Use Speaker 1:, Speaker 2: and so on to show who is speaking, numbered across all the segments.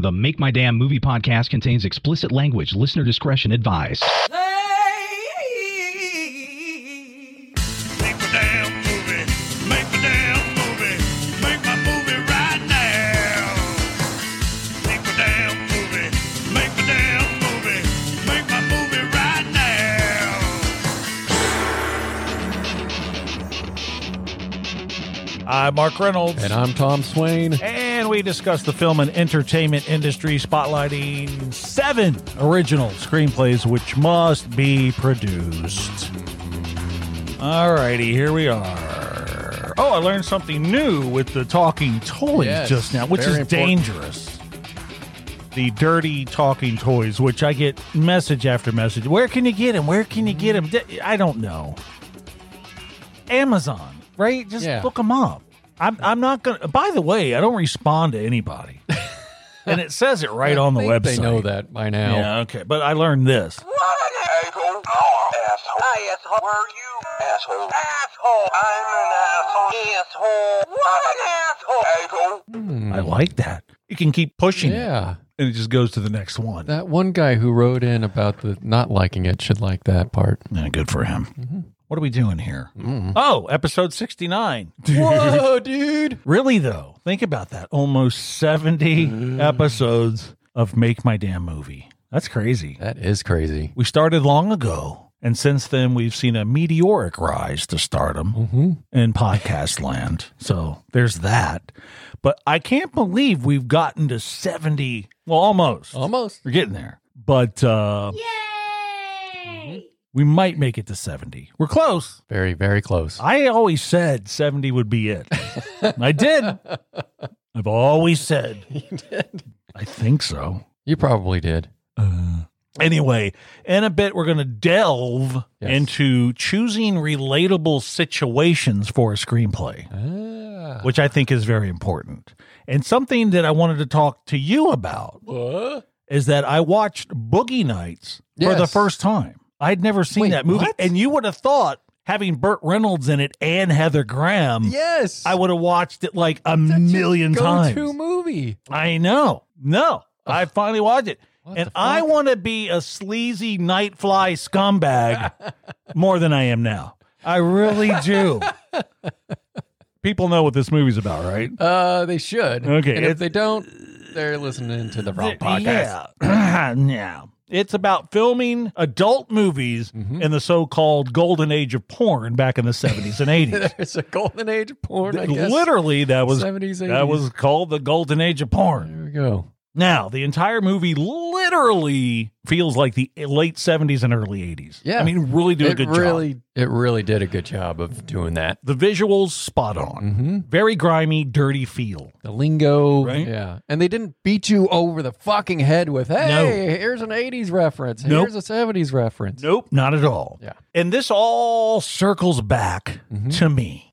Speaker 1: The Make My Damn Movie podcast contains explicit language. Listener discretion advised.
Speaker 2: Make a damn movie. Make a damn movie. Make my movie right now. Make a damn movie. Make a damn movie. Make my movie right now.
Speaker 3: I'm Mark Reynolds.
Speaker 4: And I'm Tom Swain.
Speaker 3: And we discuss the film and entertainment industry, spotlighting seven original screenplays which must be produced. Alrighty, here we are. Oh, I learned something new with the talking toys
Speaker 4: Yes,
Speaker 3: just now, which is
Speaker 4: very important.
Speaker 3: dangerous. The dirty talking toys, which I get message after message. Where can you get them? Where can you get them? I don't know. Amazon, right? Just
Speaker 4: Yeah.
Speaker 3: look them up. I'm, I'm not going to. By the way, I don't respond to anybody. and it says it right on the
Speaker 4: I think
Speaker 3: website.
Speaker 4: They know that by now.
Speaker 3: Yeah, okay. But I learned this.
Speaker 5: What an asshole. Asshole. I asshole. Were you? Asshole. Asshole. I'm an asshole. Asshole. What an asshole. Asshole.
Speaker 3: I like that. You can keep pushing it,
Speaker 4: Hmm. Yeah.
Speaker 3: and it just goes to the next one.
Speaker 4: That one guy who wrote in about the not liking it should like that part.
Speaker 3: Yeah, good for him.
Speaker 4: Mm-hmm.
Speaker 3: What are we doing here? Oh, episode 69.
Speaker 4: Whoa, dude.
Speaker 3: Really, though, think about that. Almost 70 episodes of Make My Damn Movie. That's crazy.
Speaker 4: That is crazy.
Speaker 3: We started long ago, and since then, we've seen a meteoric rise to stardom in podcast land. So there's that. But I can't believe we've gotten to 70. Well, almost.
Speaker 4: Almost.
Speaker 3: We're getting there. But uh, we might make it to 70. We're close.
Speaker 4: Very, very close.
Speaker 3: I always said 70 would be it. I did. I've always said. I think so. Uh,
Speaker 4: You probably did.
Speaker 3: Anyway, in a bit, we're going to delve
Speaker 4: Yes.
Speaker 3: into choosing relatable situations for a screenplay,
Speaker 4: Ah.
Speaker 3: which I think is very important. And something that I wanted to talk to you about is that I watched Boogie Nights for the
Speaker 4: Yes.
Speaker 3: first time. I'd never seen
Speaker 4: Wait,
Speaker 3: that movie.
Speaker 4: what?
Speaker 3: And you would have thought having Burt Reynolds in it and Heather Graham.
Speaker 4: Yes.
Speaker 3: I would have watched it like a million times.
Speaker 4: Go-to movie.
Speaker 3: I know. No, I finally watched it.
Speaker 4: What
Speaker 3: and
Speaker 4: the
Speaker 3: I
Speaker 4: fuck?
Speaker 3: want to be a sleazy nightfly scumbag more than I am now. I really do. People know what this movie's about, right?
Speaker 4: Uh, they should.
Speaker 3: Okay,
Speaker 4: And
Speaker 3: it's-
Speaker 4: if they don't, they're listening to the wrong podcast.
Speaker 3: Yeah. yeah. It's about filming adult movies
Speaker 4: Mm-hmm.
Speaker 3: in the so called golden age of porn back in the 70s and 80s.
Speaker 4: There's a golden age of porn. I guess.
Speaker 3: Literally, that was
Speaker 4: 70s, 80s.
Speaker 3: that was called the golden age of porn.
Speaker 4: There we go.
Speaker 3: Now, the entire movie literally feels like the late 70s and early 80s.
Speaker 4: Yeah.
Speaker 3: I mean, really do a
Speaker 4: it
Speaker 3: good job.
Speaker 4: really, It really did a good job of doing that.
Speaker 3: The visuals spot on.
Speaker 4: Mm-hmm.
Speaker 3: Very grimy, dirty feel.
Speaker 4: The lingo.
Speaker 3: Right?
Speaker 4: Yeah. And they didn't beat you over the fucking head with, hey,
Speaker 3: No.
Speaker 4: here's an 80s reference.
Speaker 3: Nope.
Speaker 4: Here's a 70s reference.
Speaker 3: Nope, not at all.
Speaker 4: Yeah. Mm-hmm.
Speaker 3: And this all circles back to me.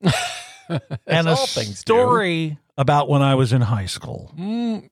Speaker 3: and a
Speaker 4: all things do. Mm,
Speaker 3: story about when I was in high school.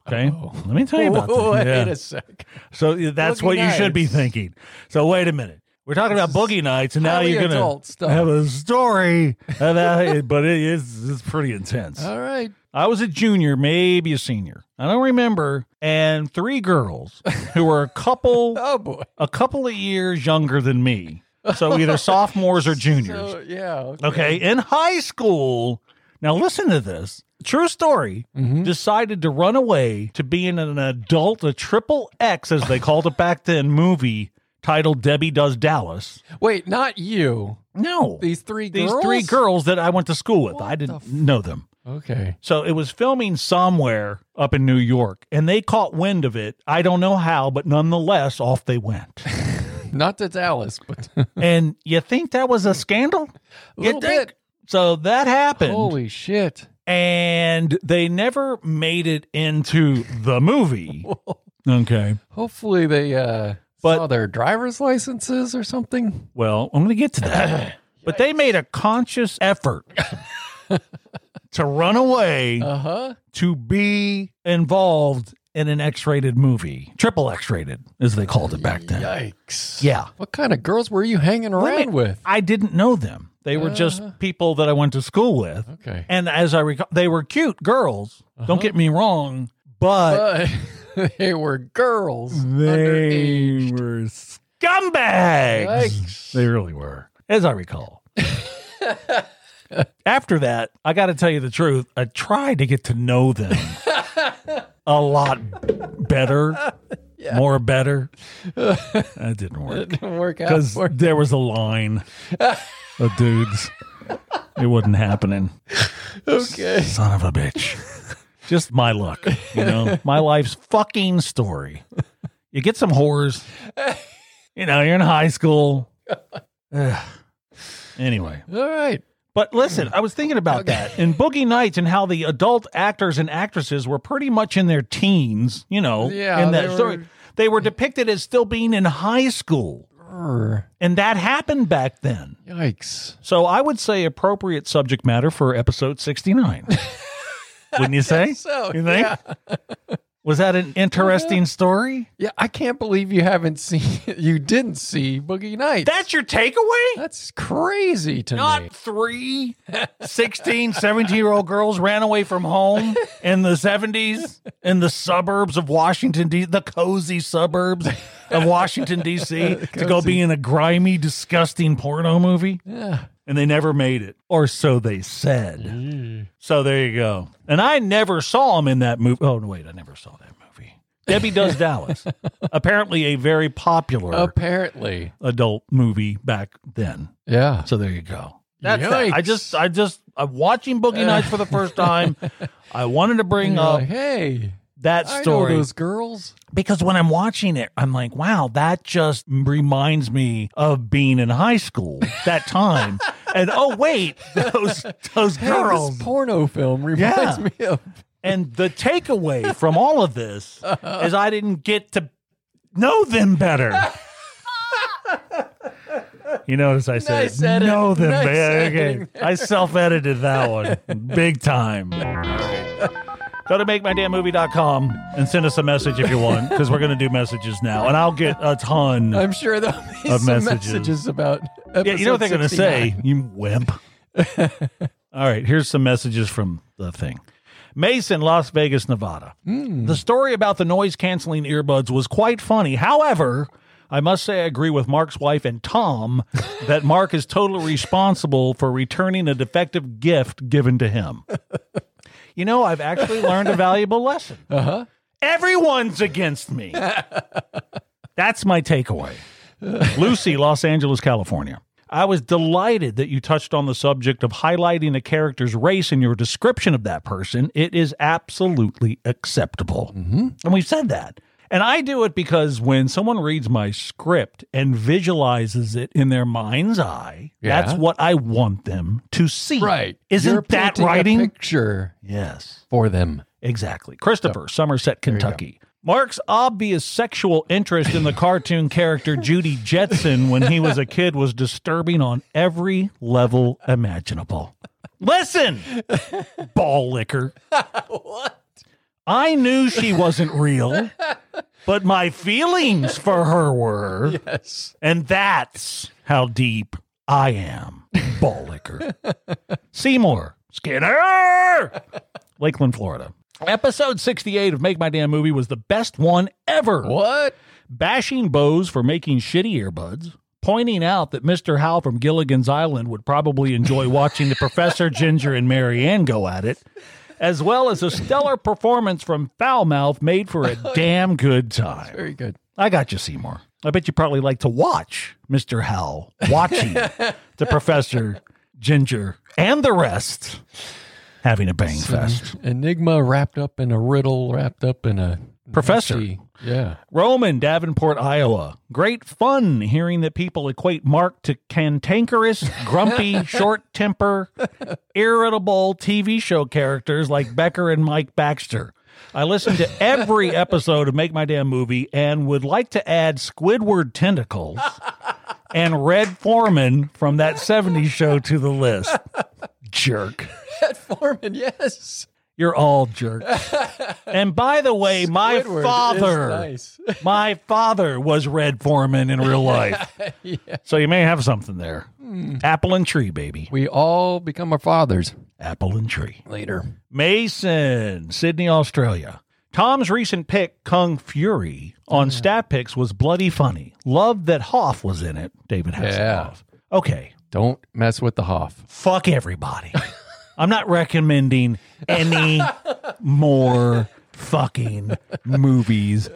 Speaker 3: Okay. Let me tell you about this.
Speaker 4: Wait
Speaker 3: Yeah.
Speaker 4: a sec.
Speaker 3: So that's
Speaker 4: Boogie
Speaker 3: what you should be
Speaker 4: Nights.
Speaker 3: thinking. So wait a minute. We're talking about boogie nights, and now
Speaker 4: highly
Speaker 3: you're gonna
Speaker 4: adult stuff.
Speaker 3: have a story about it, but it is it's pretty intense.
Speaker 4: All right.
Speaker 3: I was a junior, maybe a senior. I don't remember. And three girls who were a couple
Speaker 4: Oh, boy.
Speaker 3: a couple of years younger than me. So either sophomores or juniors.
Speaker 4: So, yeah. Okay.
Speaker 3: okay, in high school. Now listen to this. True story.
Speaker 4: Mm-hmm.
Speaker 3: Decided to run away to being an adult, a triple X as they called it back then, movie titled Debbie Does Dallas.
Speaker 4: Wait, not you.
Speaker 3: No,
Speaker 4: These three
Speaker 3: these
Speaker 4: girls?
Speaker 3: three girls that I went to school with, I
Speaker 4: What the
Speaker 3: didn't
Speaker 4: f-
Speaker 3: know them.
Speaker 4: Okay.
Speaker 3: So it was filming somewhere up in New York, and they caught wind of it. I don't know how, but nonetheless, off they went.
Speaker 4: Not to Dallas, but
Speaker 3: and you think that was a scandal? you
Speaker 4: little
Speaker 3: think?
Speaker 4: bit.
Speaker 3: So that happened.
Speaker 4: holy shit.
Speaker 3: and they never made it into the movie. okay.
Speaker 4: Hopefully they uh,
Speaker 3: But-
Speaker 4: saw their driver's licenses or something.
Speaker 3: Well, I'm going to get to that. but they made a conscious effort to run away
Speaker 4: Uh huh.
Speaker 3: to be involved in an X-rated movie, triple X-rated, as they called it back then.
Speaker 4: Yikes.
Speaker 3: Yeah.
Speaker 4: What kind of girls were you hanging around
Speaker 3: Women-
Speaker 4: with?
Speaker 3: I didn't know them. They were just people that I went to school with.
Speaker 4: Okay.
Speaker 3: And as I recall, they were cute girls. Don't get me wrong, but
Speaker 4: But they were girls.
Speaker 3: They
Speaker 4: underage.
Speaker 3: were scumbags.
Speaker 4: Yikes.
Speaker 3: They really were, as I recall. After that, I got to tell you the truth. I tried to get to know them a lot better, more better. That didn't work
Speaker 4: Didn't work out.
Speaker 3: because
Speaker 4: For
Speaker 3: there was a line of dudes. It wasn't happening.
Speaker 4: Okay.
Speaker 3: Son of a bitch. Just my luck, you know, my life's fucking story. You get some whores, you know, you're in high school. Ugh. anyway,
Speaker 4: All right.
Speaker 3: but listen, I was thinking about that in Boogie Nights and how the adult actors and actresses were pretty much in their teens, you know,
Speaker 4: Yeah,
Speaker 3: in that
Speaker 4: they were-
Speaker 3: story. They were depicted as still being in high school,
Speaker 4: Grr.
Speaker 3: and that happened back then.
Speaker 4: Yikes.
Speaker 3: So I would say appropriate subject matter for episode 69. Wouldn't you say?
Speaker 4: So,
Speaker 3: You think?
Speaker 4: Yeah. Uh-huh.
Speaker 3: Was that an interesting story?
Speaker 4: yeah, I can't believe you haven't seen, you didn't see Boogie Nights.
Speaker 3: That's your takeaway?
Speaker 4: That's crazy to me.
Speaker 3: Not three 16, 17 year old girls ran away from home in the 70s in the suburbs of Washington, D. the cozy suburbs of Washington, D.C., to go
Speaker 4: Cozy.
Speaker 3: be in a grimy, disgusting porno movie.
Speaker 4: Yeah.
Speaker 3: and they never made it, or so they said.
Speaker 4: Mm.
Speaker 3: So there you go. And I never saw him in that movie. Oh no, wait, I never saw that movie. Debbie Does Dallas, apparently a very popular
Speaker 4: Apparently.
Speaker 3: adult movie back then.
Speaker 4: Yeah.
Speaker 3: So there you go. That's that. I
Speaker 4: Yikes.
Speaker 3: just, I just, I'm watching Boogie Nights for the first time. I wanted to bring
Speaker 4: You're
Speaker 3: up
Speaker 4: like, hey,
Speaker 3: that
Speaker 4: I
Speaker 3: story
Speaker 4: know those girls.
Speaker 3: because when I'm watching it, I'm like, wow, that just reminds me of being in high school that time. and oh wait, those those
Speaker 4: Hey,
Speaker 3: girls.
Speaker 4: this porno film reminds
Speaker 3: Yeah.
Speaker 4: me of.
Speaker 3: and the takeaway from all of this is I didn't get to know them better. You notice I said
Speaker 4: Nice edit.
Speaker 3: know them
Speaker 4: Nice
Speaker 3: better.
Speaker 4: editing
Speaker 3: Okay. I self-edited that one big time. Go to makemydamnmovie.com and send us a message if you want because we're going to do messages now and I'll get a ton.
Speaker 4: I'm sure there'll be
Speaker 3: Of
Speaker 4: some
Speaker 3: messages.
Speaker 4: messages, about.
Speaker 3: yeah, you know what they're
Speaker 4: going
Speaker 3: going to
Speaker 4: to
Speaker 3: say, you wimp. All right, here's some messages from the thing. Mason, Las Vegas, Nevada. The story about the noise canceling earbuds was quite funny. However, I must say I agree with Mark's wife and Tom that Mark is totally responsible for returning a defective gift given to him. You know, I've actually learned a valuable lesson. Uh-huh. Everyone's against me. That's my takeaway. Lucy, Los Angeles, California. I was delighted that you touched on the subject of highlighting a character's race in your description of that person. It is absolutely acceptable.
Speaker 4: Mm-hmm.
Speaker 3: And we've said that. And I do it because when someone reads my script and visualizes it in their mind's eye,
Speaker 4: Yeah.
Speaker 3: that's what I want them to see.
Speaker 4: Right.
Speaker 3: Isn't
Speaker 4: You're
Speaker 3: that
Speaker 4: painting a
Speaker 3: writing?
Speaker 4: picture
Speaker 3: Yes.
Speaker 4: for them.
Speaker 3: Exactly. Christopher, Somerset, Kentucky. Mark's obvious sexual interest in the cartoon character Judy Jetson when he was a kid was disturbing on every level imaginable. Listen, ball licker. what? I knew she wasn't real, but my feelings for her were.
Speaker 4: Yes.
Speaker 3: And that's how deep I am. Ball licker. Seymour. Skinner. Lakeland, Florida. Episode 68 of Make My Damn Movie was the best one ever.
Speaker 4: What?
Speaker 3: Bashing Bose for making shitty earbuds. Pointing out that Mr. Howe from Gilligan's Island would probably enjoy watching the Professor Ginger and Marianne go at it, as well as a stellar performance from Foulmouth made for a damn good time.
Speaker 4: Very good.
Speaker 3: I got you, Seymour. I bet you probably like to watch Mr. Howell watching the professor, Ginger, and the rest having a bang fest.
Speaker 4: Enigma wrapped up in a riddle, wrapped up in a
Speaker 3: Professor.
Speaker 4: nasty- Yeah.
Speaker 3: Roman, Davenport, Iowa. Great fun hearing that people equate Mark to cantankerous, grumpy, short temper, irritable TV show characters like Becker and Mike Baxter. I listened to every episode of Make My Damn Movie and would like to add Squidward tentacles and Red Foreman from that 70s show to the list. Jerk.
Speaker 4: Pat Foreman. Yes.
Speaker 3: You're all jerks. And by the way, my
Speaker 4: Squidward is
Speaker 3: father
Speaker 4: nice.
Speaker 3: my father was Red Foreman in real life. So you may have something there. Apple and tree, baby.
Speaker 4: We all become our fathers
Speaker 3: Apple and tree.
Speaker 4: later.
Speaker 3: Mason, Sydney, Australia. Tom's recent pick, Kung Fury, on Stat Picks was bloody funny. Loved that Hoff was in it, David Hasselhoff. Okay,
Speaker 4: Don't mess with the Hoff.
Speaker 3: fuck everybody. I'm not recommending any more fucking movies,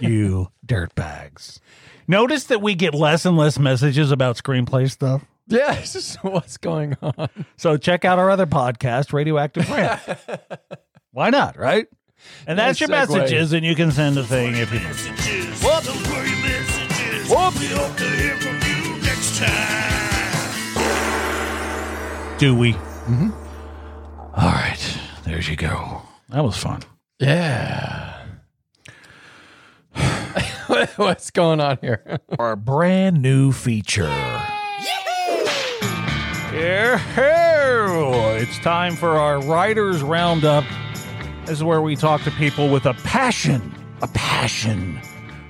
Speaker 3: you dirtbags. Notice that we get less and less messages about screenplay stuff.
Speaker 4: Yes. What's going on?
Speaker 3: So check out our other podcast, Radioactive Rant. Why not, right? And that's your
Speaker 4: segue.
Speaker 3: messages, and you can send a thing if you
Speaker 2: messages. What? Don't worry, messages. We hope to hear from you next time.
Speaker 3: do. We. Mm-hmm. right, there you go. That was fun.
Speaker 4: Yeah. What's going on here?
Speaker 3: Our brand new feature. Yeah, it's time for our writers roundup. This is where we talk to people with a passion, a passion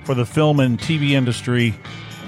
Speaker 3: for the film and TV industry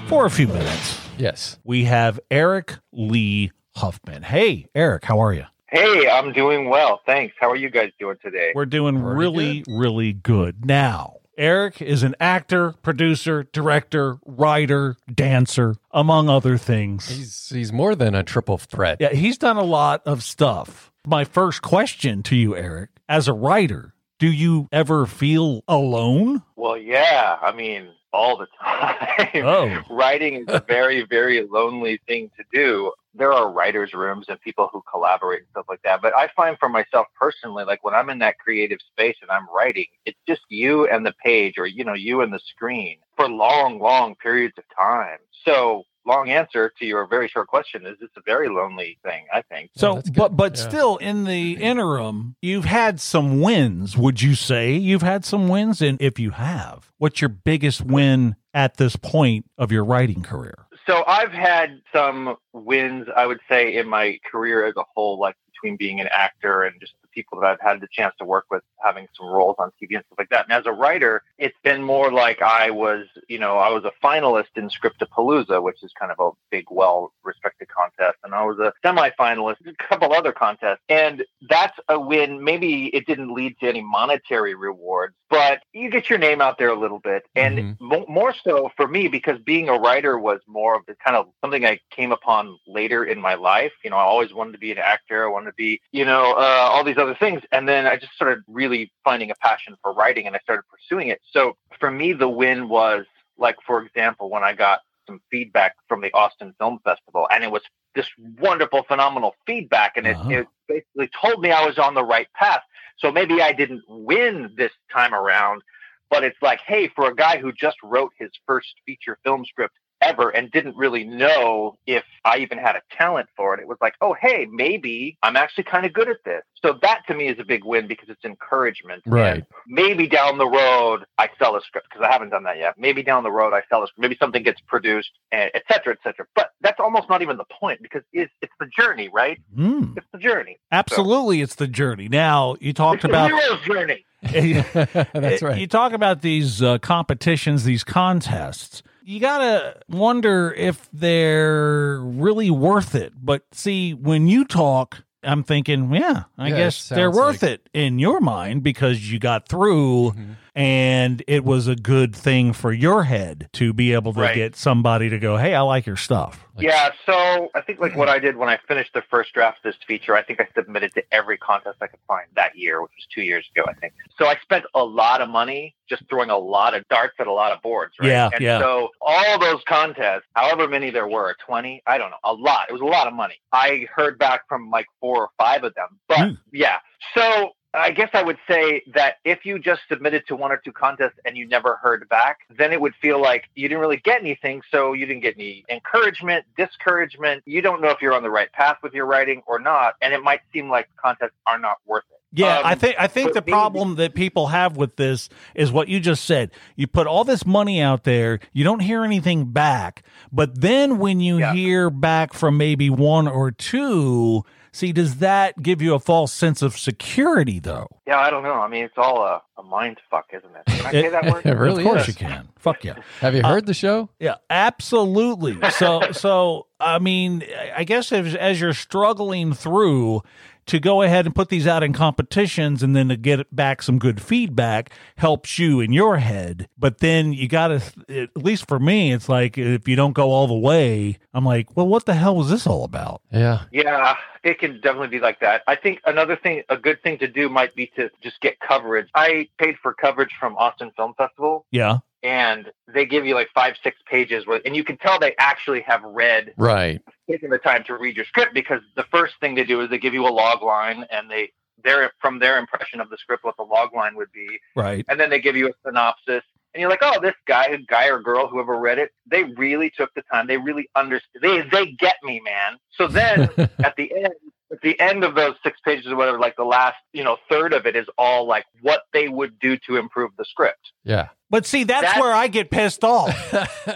Speaker 3: for a few minutes.
Speaker 4: Yes.
Speaker 3: we have Eric Lee Huffman. Hey, Eric, how are you?
Speaker 6: Hey, I'm doing well. Thanks. How are you guys doing today?
Speaker 3: We're doing
Speaker 4: Pretty
Speaker 3: really, really good now. Eric is an actor, producer, director, writer, dancer, among other things.
Speaker 4: He's he's more than a triple threat.
Speaker 3: yeah, he's done a lot of stuff. My first question to you, Eric, as a writer, do you ever feel alone?
Speaker 6: Well, yeah. I mean, all the time.
Speaker 3: Oh.
Speaker 6: Writing is a very, very lonely thing to do. There are writers' rooms and people who collaborate and stuff like that. But I find for myself personally, like when I'm in that creative space and I'm writing, it's just you and the page or, you know, you and the screen for long, long periods of time. So, long answer to your very short question is it's a very lonely thing, I think.
Speaker 4: Yeah,
Speaker 3: So,
Speaker 4: that's good.
Speaker 3: but but
Speaker 4: Yeah.
Speaker 3: still, in the interim, you've had some wins. Would you say you've had some wins? And if you have, what's your biggest win at this point of your writing career?
Speaker 6: so I've had some wins, I would say, in my career as a whole, like between being an actor and just the people that I've had the chance to work with, having some roles on TV and stuff like that. And as a writer, it's been more like I was, you know, I was a finalist in Scriptapalooza, which is kind of a big, well-respected contest, and I was a semi-finalist in a couple other contests, and that's a win. Maybe it didn't lead to any monetary rewards, but you get your name out there a little bit, and
Speaker 4: Mhm.
Speaker 6: mo- more so for me because being a writer was more of the kind of something I came upon later in my life. You know, I always wanted to be an actor. I wanted to be, you know, uh, all these other things. And then I just started really finding a passion for writing and I started pursuing it. So for me, the win was like, for example, when I got some feedback from the Austin Film Festival and it was this wonderful, phenomenal feedback. And it,
Speaker 3: Uh-huh.
Speaker 6: it basically told me I was on the right path. So maybe I didn't win this time around, but it's like, hey, for a guy who just wrote his first feature film script ever and didn't really know if I even had a talent for it, it was like, oh, hey, maybe I'm actually kind of good at this. So that to me is a big win because it's encouragement.
Speaker 4: Right.
Speaker 6: And maybe down the road I sell a script because I haven't done that yet. Maybe down the road I sell a script. Maybe something gets produced, and et cetera, et cetera. But that's almost not even the point because it's, it's the journey, right?
Speaker 3: Hmm.
Speaker 6: It's the journey.
Speaker 3: absolutely, it's the journey. Now you talked
Speaker 6: It's the
Speaker 3: about
Speaker 6: hero's journey.
Speaker 4: That's
Speaker 3: Uh, You
Speaker 4: right.
Speaker 3: talk about these uh, competitions, these contests. You got to wonder if they're really worth it. But see, when you talk, I'm thinking, yeah, I
Speaker 4: Yeah, it
Speaker 3: guess they're
Speaker 4: sounds
Speaker 3: worth
Speaker 4: like-
Speaker 3: it in your mind because you got through
Speaker 4: Mhm.
Speaker 3: and it was a good thing for your head to be able to
Speaker 6: Right.
Speaker 3: get somebody to go, hey, I like your stuff.
Speaker 4: Like-
Speaker 6: yeah, so I think like what I did when I finished the first draft of this feature, I think I submitted to every contest I could find that year, which was two years ago, I think. So I spent a lot of money just throwing a lot of darts at a lot of boards, right?
Speaker 3: Yeah,
Speaker 6: and
Speaker 3: yeah.
Speaker 6: so all those contests, however many there were, twenty, I don't know, a lot. It was a lot of money. I heard back from like four or five of them. But
Speaker 3: Hmm.
Speaker 6: yeah. So I guess I would say that if you just submitted to one or two contests and you never heard back, then it would feel like you didn't really get anything. So you didn't get any encouragement, discouragement. You don't know if you're on the right path with your writing or not. And it might seem like contests are not worth it.
Speaker 3: Yeah,
Speaker 6: Um,
Speaker 3: I think I think
Speaker 6: but
Speaker 3: the
Speaker 6: maybe-
Speaker 3: problem that people have with this is what you just said. You put all this money out there, you don't hear anything back, but then when you
Speaker 6: Yeah.
Speaker 3: hear back from maybe one or two, see, does that give you a false sense of security though?
Speaker 6: Yeah, I don't know. I mean, it's all a, a mind fuck, isn't it? Can I say that word?
Speaker 4: It really
Speaker 3: of course
Speaker 4: is.
Speaker 3: you can. Fuck yeah.
Speaker 4: Have you
Speaker 3: Uh,
Speaker 4: heard the show?
Speaker 3: Yeah, absolutely. So, so I mean, I guess as, as you're struggling through, to go ahead and put these out in competitions and then to get back some good feedback helps you in your head. But then you got to, at least for me, it's like if you don't go all the way, I'm like, well, what the hell was this all about?
Speaker 4: Yeah.
Speaker 6: Yeah, it can definitely be like that. I think another thing, a good thing to do might be to just get coverage. I paid for coverage from Austin Film Festival,
Speaker 3: Yeah.
Speaker 6: and they give you like five, six pages, where, and you can tell they actually have read,
Speaker 4: Right.
Speaker 6: taken the time to read your script because the first thing they do is they give you a log line and they, their from their impression of the script, what the log line would be,
Speaker 3: Right.
Speaker 6: and then they give you a synopsis and you're like oh this guy guy or girl whoever read it they really took the time they really understood they, they get me man so then at the end at the end of those six pages or whatever like the last you know third of it is all like what they would do to improve the script
Speaker 4: yeah.
Speaker 3: But see, that's,
Speaker 6: That-
Speaker 3: where I get pissed off.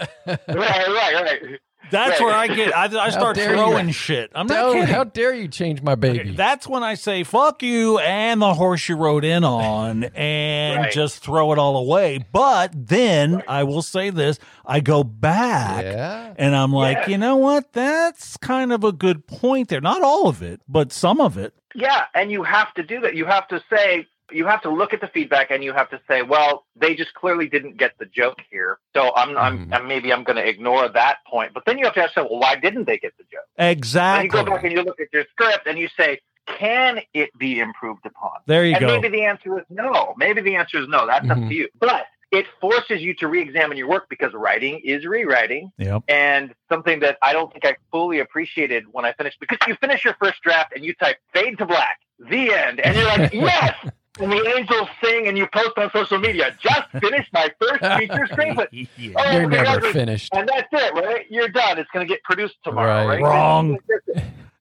Speaker 6: right right right
Speaker 3: That's
Speaker 6: Right.
Speaker 3: where I get, I, I start
Speaker 4: dare you.
Speaker 3: throwing shit. I'm not
Speaker 4: Don't-
Speaker 3: kidding.
Speaker 4: how dare you change my baby?
Speaker 3: That's when I say fuck you and the horse you rode in on and
Speaker 6: Right.
Speaker 3: just throw it all away. But then I will say this I go back
Speaker 4: yeah.
Speaker 3: and I'm like,
Speaker 6: Yeah.
Speaker 3: you know what? That's kind of a good point there. Not all of it, but some of it.
Speaker 6: yeah and you have to do that you have to say you have to look at the feedback and you have to say well they just clearly didn't get the joke here so i'm, I'm
Speaker 4: Mhm.
Speaker 6: I'm maybe i'm going to ignore that point but then you have to ask yourself well why didn't they get the joke And you
Speaker 3: Exactly.
Speaker 6: go back and you look at your script and you say, can it be improved upon?
Speaker 3: There you
Speaker 6: and
Speaker 3: go. Mm-hmm.
Speaker 6: maybe the answer is no. Maybe the answer is no. That's up
Speaker 4: Mhm.
Speaker 6: to you. But it forces you to re examine your work because writing is rewriting.
Speaker 3: Yep.
Speaker 6: And something that I don't think I fully appreciated when I finished, because you finish your first draft and you type fade to black, the end. And you're like, yes. And the angels sing and you post on social media, just finished my first feature screenplay.
Speaker 3: Yeah.
Speaker 6: Oh,
Speaker 4: You're never
Speaker 6: congratulations.
Speaker 4: finished.
Speaker 6: And that's it, right? You're done. It's going to get produced tomorrow, right?
Speaker 4: Right.
Speaker 3: Wrong.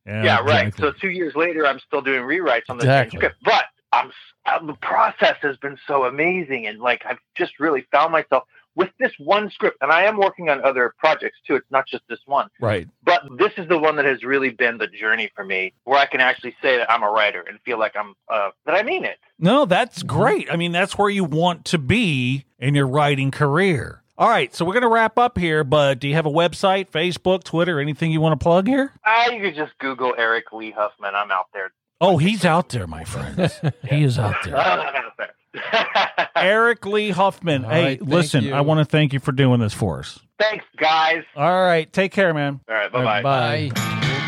Speaker 6: Yeah, right.
Speaker 3: exactly.
Speaker 6: So two years later, I'm still doing rewrites on the
Speaker 4: Exactly.
Speaker 6: same script, but I'm s- uh, the process has been so amazing, and like I've just really found myself with this one script, and I am working on other projects too. It's not just this one,
Speaker 3: Right.
Speaker 6: but this is the one that has really been the journey for me, where I can actually say that I'm a writer and feel like I'm uh, that I mean it.
Speaker 3: No, that's great. I mean, that's where you want to be in your writing career. All right, so we're going to wrap up here, but do you have a website, Facebook, Twitter, anything you want to plug here?
Speaker 6: Ah, you could just Google Eric Lee Huffman. I'm out there.
Speaker 3: Oh, he's out there, my friends. He is out
Speaker 6: I'm
Speaker 3: there.
Speaker 6: out there.
Speaker 3: Eric Lee Huffman.
Speaker 4: All
Speaker 3: hey,
Speaker 4: right, thank
Speaker 3: listen,
Speaker 4: you.
Speaker 3: I want to thank you for doing this for us.
Speaker 6: Thanks, guys.
Speaker 3: All right, take care, man.
Speaker 6: All right, bye bye.
Speaker 4: Bye.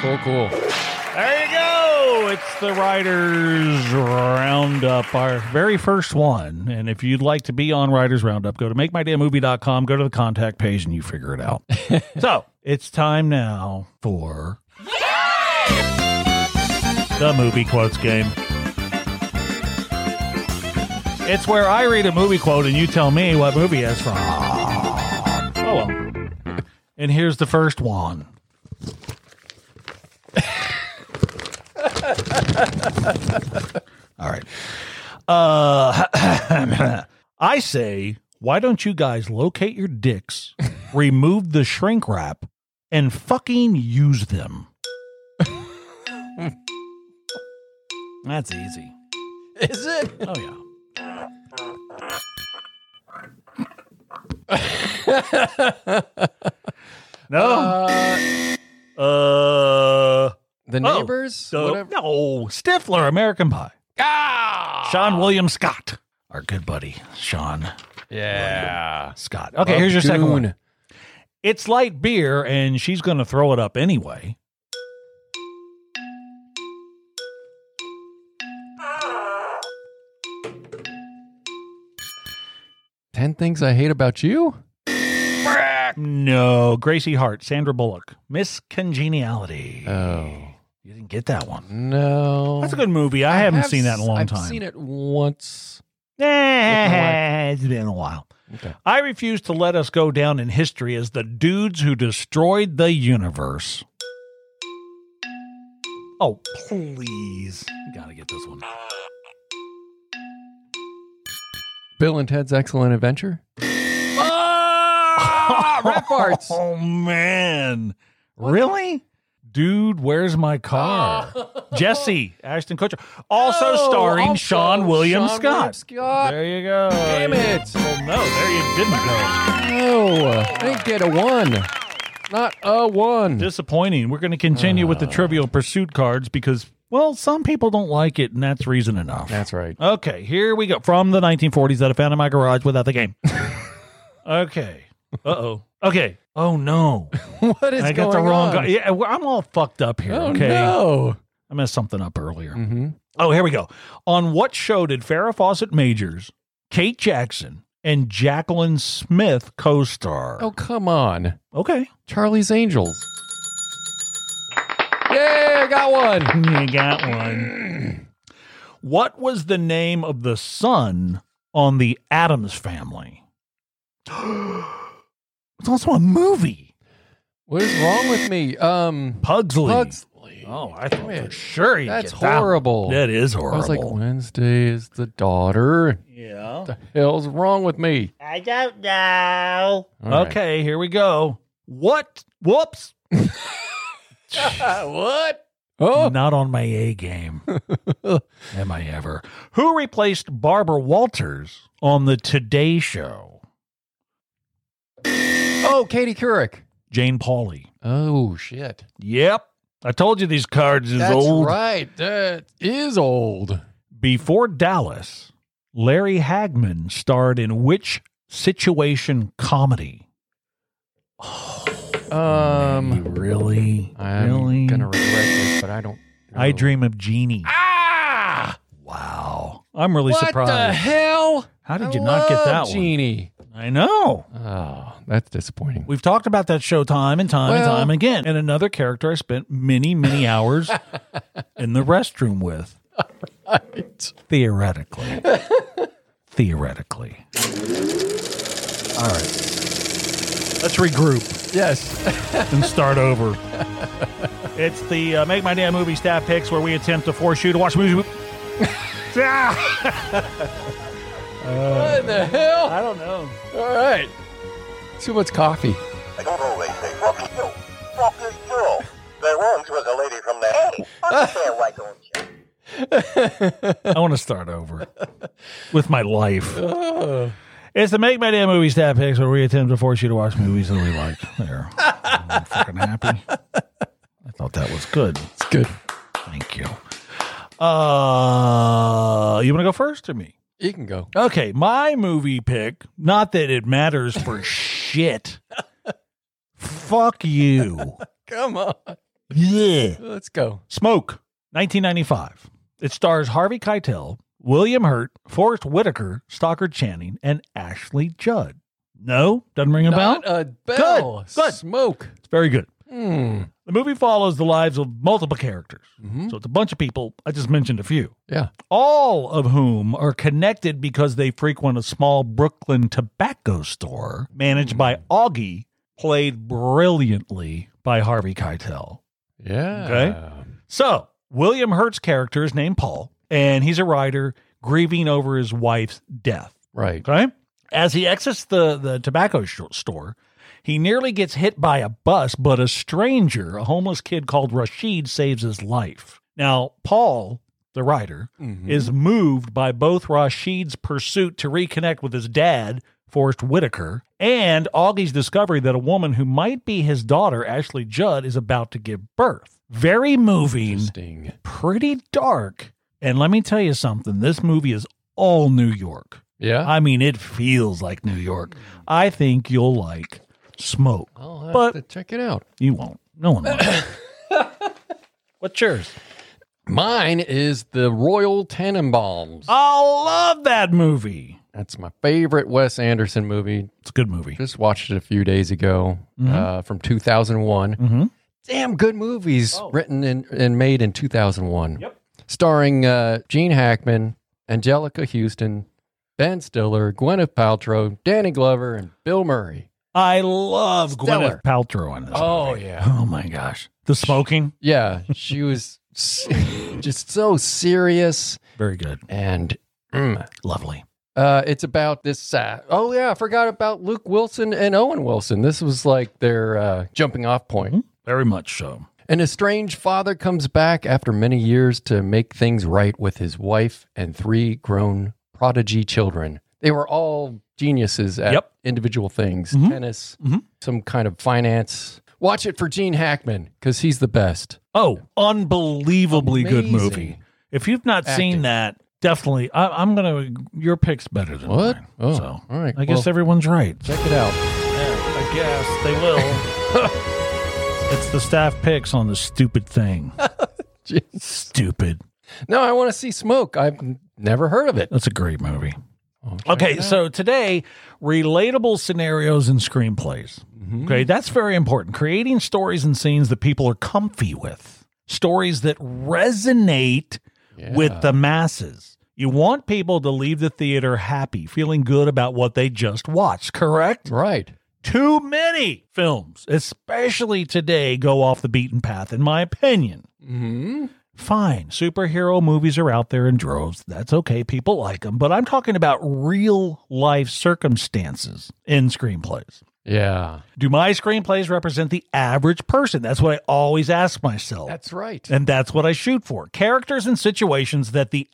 Speaker 4: Cool, cool, cool.
Speaker 3: There you go. It's the Writers Roundup, our very first one. And if you'd like to be on Writers Roundup, go to makemydamnmovie.com, go to the contact page, and you figure it out. so it's time now for the movie quotes game. It's where I read a movie quote and you tell me what movie it's from. Oh, well. And here's the first one. All right. Uh, I say, why don't you guys locate your dicks, remove the shrink wrap, and fucking use them? That's easy.
Speaker 4: Is it?
Speaker 3: Oh, yeah. No.
Speaker 4: Uh,
Speaker 3: Uh,
Speaker 4: the
Speaker 3: Oh,
Speaker 4: neighbors?
Speaker 3: so-
Speaker 4: Whatever.
Speaker 3: no. Stifler, American Pie.
Speaker 4: Ah!
Speaker 3: Sean William Scott. Our good buddy, Sean
Speaker 4: Yeah.
Speaker 3: Scott. Okay, here's your second one. It's light beer, and she's going to throw it up anyway.
Speaker 4: Ten things I hate about you?
Speaker 3: No, Gracie Hart, Sandra Bullock, Miss Congeniality.
Speaker 4: Oh.
Speaker 3: you didn't get that one.
Speaker 4: No.
Speaker 3: That's a good movie. I, haven't
Speaker 4: oh, have
Speaker 3: seen that in a
Speaker 4: s-
Speaker 3: long
Speaker 4: I've
Speaker 3: time.
Speaker 4: seen it once.
Speaker 3: Eh, it's been a while.
Speaker 4: Okay.
Speaker 3: I refuse to let us go down in history as the dudes who destroyed the universe. Oh, please. You gotta get this one.
Speaker 4: Bill and Ted's Excellent Adventure? Ah! Rap arts.
Speaker 3: Oh, man. Really? Dude, where's my car? Jesse, Ashton Kutcher. Also
Speaker 4: Ah. Oh,
Speaker 3: starring
Speaker 4: also
Speaker 3: Sean William
Speaker 4: Sean
Speaker 3: Scott.
Speaker 4: Scott.
Speaker 3: There you go.
Speaker 4: Damn it.
Speaker 3: Well, no, there you didn't go.
Speaker 4: No, I didn't get a one. Not a one. Ah.
Speaker 3: Disappointing. We're going to continue with the Trivial Pursuit cards because Well, some people don't like it, and that's reason enough.
Speaker 4: That's right.
Speaker 3: Okay, here we go. From the 1940s that I found in my garage without the game. okay. Uh oh. Okay. Oh no.
Speaker 4: what is
Speaker 3: I
Speaker 4: going
Speaker 3: got the wrong
Speaker 4: on?
Speaker 3: guy. Yeah, well, I'm all fucked up here.
Speaker 4: Oh
Speaker 3: okay.
Speaker 4: no.
Speaker 3: I messed something up earlier.
Speaker 4: Mm-hmm.
Speaker 3: Oh, here we go. On what show did Farrah Fawcett Majors, Kate Jackson, and Jacqueline Smith co star?
Speaker 4: Oh come on,
Speaker 3: Okay.
Speaker 4: Charlie's Angels. Yay! I got one.
Speaker 3: You got one. What was the name of the son on the Adams family? it's also a movie.
Speaker 4: What is wrong with me? Um,
Speaker 3: Pugsley.
Speaker 4: Pugsley.
Speaker 3: Oh, I thought
Speaker 4: Man,
Speaker 3: for sure you'd
Speaker 4: that's
Speaker 3: get that one.
Speaker 4: horrible.
Speaker 3: That is
Speaker 4: I was like,
Speaker 3: horrible.
Speaker 4: Wednesday is the daughter.
Speaker 3: yeah.
Speaker 4: What the hell's wrong with me?
Speaker 3: I don't know.
Speaker 4: All right.
Speaker 3: okay, here we go. What? Whoops.
Speaker 4: what? Oh,
Speaker 3: Not on my A game. Am I ever? Who replaced Barbara Walters on the Today Show?
Speaker 4: oh, Katie Couric.
Speaker 3: Jane Pauley.
Speaker 4: Oh shit.
Speaker 3: Yep. I told you these cards is
Speaker 4: That's
Speaker 3: old.
Speaker 4: right. That is old.
Speaker 3: Before Dallas, Larry Hagman starred in which situation comedy?
Speaker 4: Um,
Speaker 3: really?
Speaker 4: I'm
Speaker 3: really?
Speaker 4: gonna regret this, but I don't.
Speaker 3: I
Speaker 4: know.
Speaker 3: dream of Jeannie.
Speaker 4: Ah!
Speaker 3: Wow. I'm really
Speaker 4: what the
Speaker 3: surprised.
Speaker 4: hell?
Speaker 3: How did
Speaker 4: I
Speaker 3: you not get
Speaker 4: love
Speaker 3: that
Speaker 4: Genie?
Speaker 3: one? I know.
Speaker 4: Oh, that's disappointing.
Speaker 3: We've talked about that show time and time and
Speaker 4: Well-
Speaker 3: time again. And another character I spent many, many hours in the restroom with. Theoretically. Theoretically. All right. Let's regroup
Speaker 4: Yes.
Speaker 3: and start over. it's the uh, Make My Damn Movie staff picks where we attempt to force you to watch movies. Ah,
Speaker 4: what the hell?
Speaker 3: I don't know.
Speaker 4: All right. Too much coffee.
Speaker 5: I don't always say oh, fucking you. Fuck this girl. That once was a lady from the Hey, understand why don't you?
Speaker 3: I want to start over with my life. It's the Make My Damn Movie Stat Picks where we attempt to force you to watch movies that we like. There. I'm freaking happy. I thought that was good.
Speaker 4: It's good.
Speaker 3: Thank you. Uh, you want to go first or me?
Speaker 4: You can go.
Speaker 3: Okay, my movie pick, not that it matters for shit. Fuck you.
Speaker 4: Come on.
Speaker 3: Yeah.
Speaker 4: Let's go.
Speaker 3: Smoke, 1995. It stars Harvey Keitel, William Hurt, Forrest Whitaker, Stockard Channing, and Ashley Judd. No, doesn't ring a bell.
Speaker 4: Not a bell.
Speaker 3: good.
Speaker 4: Smoke.
Speaker 3: It's very good.
Speaker 4: Hmm.
Speaker 3: The movie follows the lives of multiple characters.
Speaker 4: Mhm.
Speaker 3: So it's a bunch of people. I just mentioned a few.
Speaker 4: Yeah.
Speaker 3: All of whom are connected because they frequent a small Brooklyn tobacco store managed by Augie, played brilliantly by Harvey Keitel.
Speaker 4: Yeah.
Speaker 3: Okay. So, William Hurt's character is named Paul, and he's a writer grieving over his wife's death.
Speaker 4: Right.
Speaker 3: Okay. As he exits the, the tobacco sh- store, he nearly gets hit by a bus, but a stranger, a homeless kid called Rashid, saves his life. Now, Paul, the writer,
Speaker 4: Mhm.
Speaker 3: is moved by both Rashid's pursuit to reconnect with his dad, Forrest Whitaker, and Augie's discovery that a woman who might be his daughter, Ashley Judd, is about to give birth. Very moving,
Speaker 4: interesting.
Speaker 3: pretty dark. And let me tell you something this movie is all New York.
Speaker 4: Yeah.
Speaker 3: I mean, it feels like New York. I think you'll like Smoke.
Speaker 4: I'll have
Speaker 3: But-
Speaker 4: to check it out.
Speaker 3: You won't. No one will. What's yours?
Speaker 4: Mine is the Royal Tenenbaums.
Speaker 3: I love that movie.
Speaker 4: That's my favorite Wes Anderson movie.
Speaker 3: It's a good movie.
Speaker 4: Just watched it a few days ago
Speaker 3: Mm-hmm.
Speaker 4: uh, from 2001.
Speaker 3: Mhm.
Speaker 4: Damn good movies written in, and made in 2001.
Speaker 3: Oh. Yep.
Speaker 4: Starring uh, Gene Hackman, Angelica Houston, Ben Stiller, Gwyneth Paltrow, Danny Glover, and Bill Murray.
Speaker 3: I love
Speaker 4: Stellar.
Speaker 3: Gwyneth Paltrow in this.
Speaker 4: Oh,
Speaker 3: movie.
Speaker 4: yeah.
Speaker 3: Oh my gosh, the smoking,
Speaker 4: Yeah, she was s- just so serious
Speaker 3: very good,
Speaker 4: and. mm,
Speaker 3: lovely.
Speaker 4: Uh, it's about this. Uh, oh yeah, I forgot about Luke Wilson and Owen Wilson. This was like their uh, jumping off
Speaker 3: Hmm.
Speaker 4: point.
Speaker 3: Very much so.
Speaker 4: An estranged father comes back after many years to make things right with his wife and three grown prodigy children. They were all geniuses at
Speaker 3: Yep.
Speaker 4: individual things
Speaker 3: Mhm.
Speaker 4: tennis,
Speaker 3: Mhm.
Speaker 4: some kind of finance, Watch it for Gene Hackman because he's the best.
Speaker 3: Oh, unbelievably good
Speaker 4: Amazing.
Speaker 3: movie. If you've not
Speaker 4: Acting.
Speaker 3: seen that, definitely. I, I'm gonna. Your pick's better than
Speaker 4: What?
Speaker 3: mine.
Speaker 4: Oh,
Speaker 3: so
Speaker 4: all right.
Speaker 3: I guess
Speaker 4: Well-
Speaker 3: everyone's right.
Speaker 4: Check it out.
Speaker 3: I guess they will. it's the staff picks on the stupid thing.
Speaker 4: Jeez.
Speaker 3: stupid.
Speaker 4: No, I want to see Smoke. I've n- never heard of it.
Speaker 3: That's a great movie. Okay, so today, relatable scenarios and screenplays.
Speaker 4: Mm-hmm.
Speaker 3: Okay, that's very important. Creating stories and scenes that people are comfy with, stories that resonate with the masses. You want people to leave the theater happy, feeling good about what they just watched, correct?
Speaker 4: Right.
Speaker 3: Too many films, especially today, go off the beaten path, in my opinion.
Speaker 4: Mm-hmm.
Speaker 3: Fine, superhero movies are out there in droves. That's okay. People like them. But I'm talking about real life circumstances in screenplays.
Speaker 4: Yeah.
Speaker 3: Do my screenplays represent the average person? That's what I always ask myself.
Speaker 4: That's right.
Speaker 3: And that's what I shoot for characters and situations that the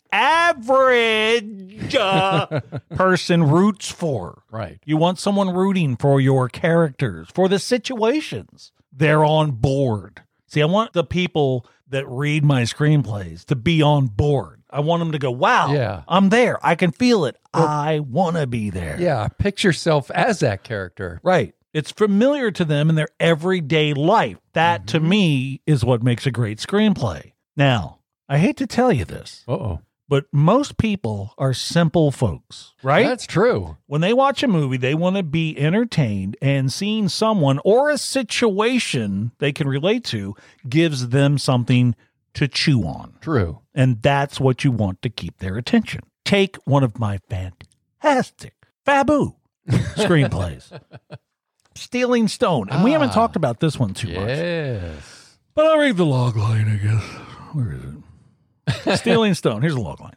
Speaker 3: average uh, person roots for.
Speaker 4: Right.
Speaker 3: You want someone rooting for your characters, for the situations. They're on board. See, I want the people that read my screenplays to be on board. I want them to go, wow,
Speaker 4: Yeah.
Speaker 3: I'm there. I can feel it. I want to be there.
Speaker 4: Yeah. Picture yourself as that character.
Speaker 3: Right. It's familiar to them in their everyday life. That to me is what makes a great screenplay. Now, I hate to tell you this,
Speaker 4: Uh oh.
Speaker 3: but most people are simple folks, right?
Speaker 4: That's true.
Speaker 3: when they watch a movie, they want to be entertained, and seeing someone or a situation they can relate to gives them something to chew on.
Speaker 4: True.
Speaker 3: And that's what you want to keep their attention. Take one of my fantastic Fabu screenplays. Stealing Stone. And we haven't
Speaker 4: Ah.
Speaker 3: talked about this one too much.
Speaker 4: Yes.
Speaker 3: But I'll read the log line, I guess. Where is it? Stealing Stone. Here's the log line.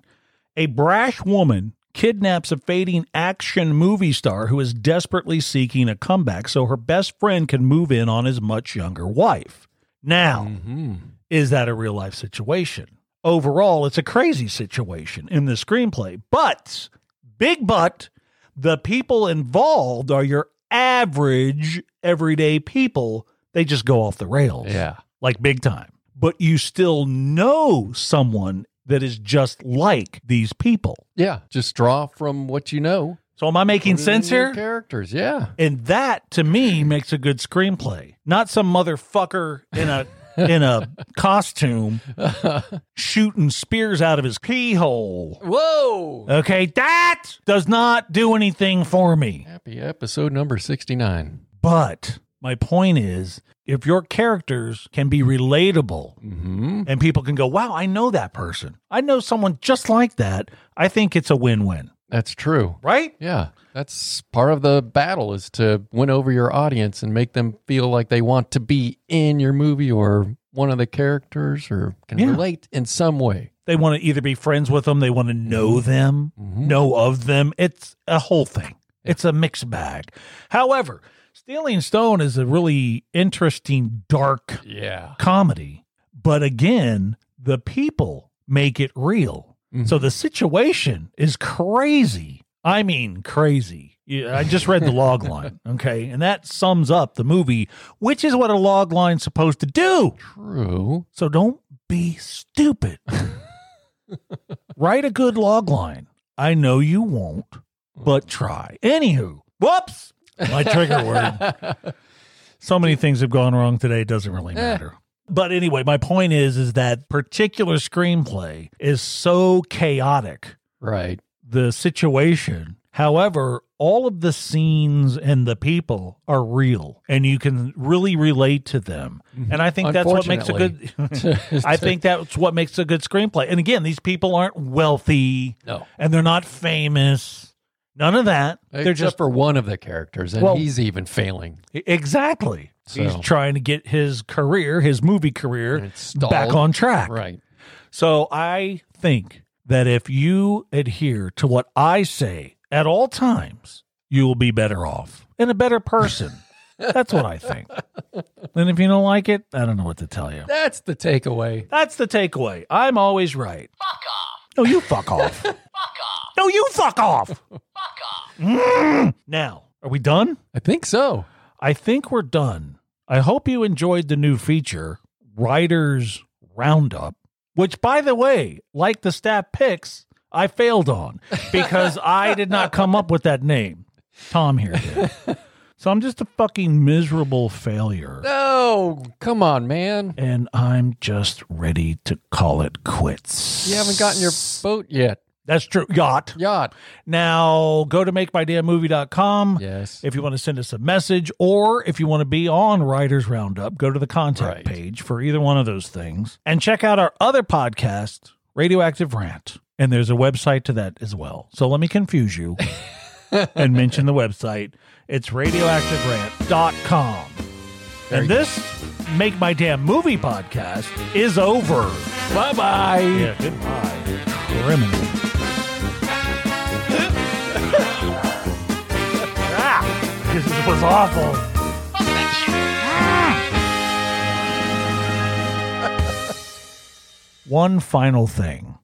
Speaker 3: A brash woman kidnaps a fading action movie star who is desperately seeking a comeback so her best friend can move in on his much younger wife. Now,
Speaker 4: Mm-hmm.
Speaker 3: is that a real life situation? Overall, it's a crazy situation in the screenplay, but big but, the people involved are your average everyday people. They just go off the rails,
Speaker 4: Yeah.
Speaker 3: like big time. But you still know someone that is just like these people.
Speaker 4: Yeah. Just draw from what you know.
Speaker 3: So, am I making
Speaker 4: Put it
Speaker 3: sense
Speaker 4: in your
Speaker 3: here?
Speaker 4: Characters. Yeah.
Speaker 3: And that to me makes a good screenplay. Not some motherfucker in a in a costume shooting spears out of his keyhole.
Speaker 4: Whoa.
Speaker 3: Okay, that does not do anything for me.
Speaker 4: Happy episode number 69.
Speaker 3: But my point is if your characters can be relatable
Speaker 4: Mm-hmm.
Speaker 3: and people can go, "Wow, I know that person. I know someone just like that." I think it's a win-win,
Speaker 4: That's true.
Speaker 3: right?
Speaker 4: Yeah. That's part of the battle is to win over your audience and make them feel like they want to be in your movie or one of the characters or can
Speaker 3: Yeah.
Speaker 4: relate in some way.
Speaker 3: They want to either be friends with them, they want to know them.
Speaker 4: Mhm.
Speaker 3: know of them. It's a whole thing. It's a mixed bag. However, Stealing Stone is a really interesting dark
Speaker 4: Yeah.
Speaker 3: comedy, but again, the people make it real.
Speaker 4: Mhm.
Speaker 3: So the situation is crazy. I mean, crazy. Yeah, I just read the log line, okay? And that sums up the movie, which is what a log line's supposed to do.
Speaker 4: True.
Speaker 3: So don't be stupid. Write a good log line. I know you won't, but try. Anywho, whoops, my trigger word. So many things have gone wrong today. It doesn't really matter. But anyway, my point is, is that particular screenplay is so chaotic
Speaker 4: Right.
Speaker 3: the situation. However, all of the scenes and the people are real and you can really relate to them. And I think that's what makes a good I think that's what makes a good screenplay. And again, these people aren't wealthy
Speaker 4: no.
Speaker 3: and they're not famous. None of that. They're
Speaker 4: Except
Speaker 3: just
Speaker 4: for one of the characters, and
Speaker 3: Well-
Speaker 4: he's even failing.
Speaker 3: exactly. He's
Speaker 4: So-
Speaker 3: trying to get his career, his movie
Speaker 4: And
Speaker 3: career
Speaker 4: it's stalled.
Speaker 3: back on track.
Speaker 4: Right.
Speaker 3: So I think that if you adhere to what I say at all times, you will be better off and a better person. That's what I think. And if you don't like it, I don't know what to tell you.
Speaker 4: That's the takeaway.
Speaker 3: That's the takeaway. I'm always right. Fuck off. No, you fuck off. fuck off. No, you fuck off. fuck off. Now, are we done?
Speaker 4: I think so.
Speaker 3: I think we're done. I hope you enjoyed the new feature, Writers Roundup, which, by the way, like the stat picks, I failed on because I did not come up with that name. Tom here did. So I'm just a fucking miserable failure.
Speaker 4: No, come on, man.
Speaker 3: And I'm just ready to call it quits.
Speaker 4: You haven't gotten your boat yet.
Speaker 3: That's true. Yacht.
Speaker 4: Yacht.
Speaker 3: Now go to makemydamnmovie.com.
Speaker 4: Yes.
Speaker 3: If you want to send us a message or if you want to be on Writers Roundup, go to the contact
Speaker 4: Right.
Speaker 3: page for either one of those things and check out our other podcast, Radioactive Rant. And there's a website to that as well. So let me confuse you and mention the website. It's radioactiverant.com.
Speaker 4: Very
Speaker 3: and this Make My Damn Movie podcast is over. Bye bye. Yeah, goodbye. Criminal. ah, this was awful. One final thing.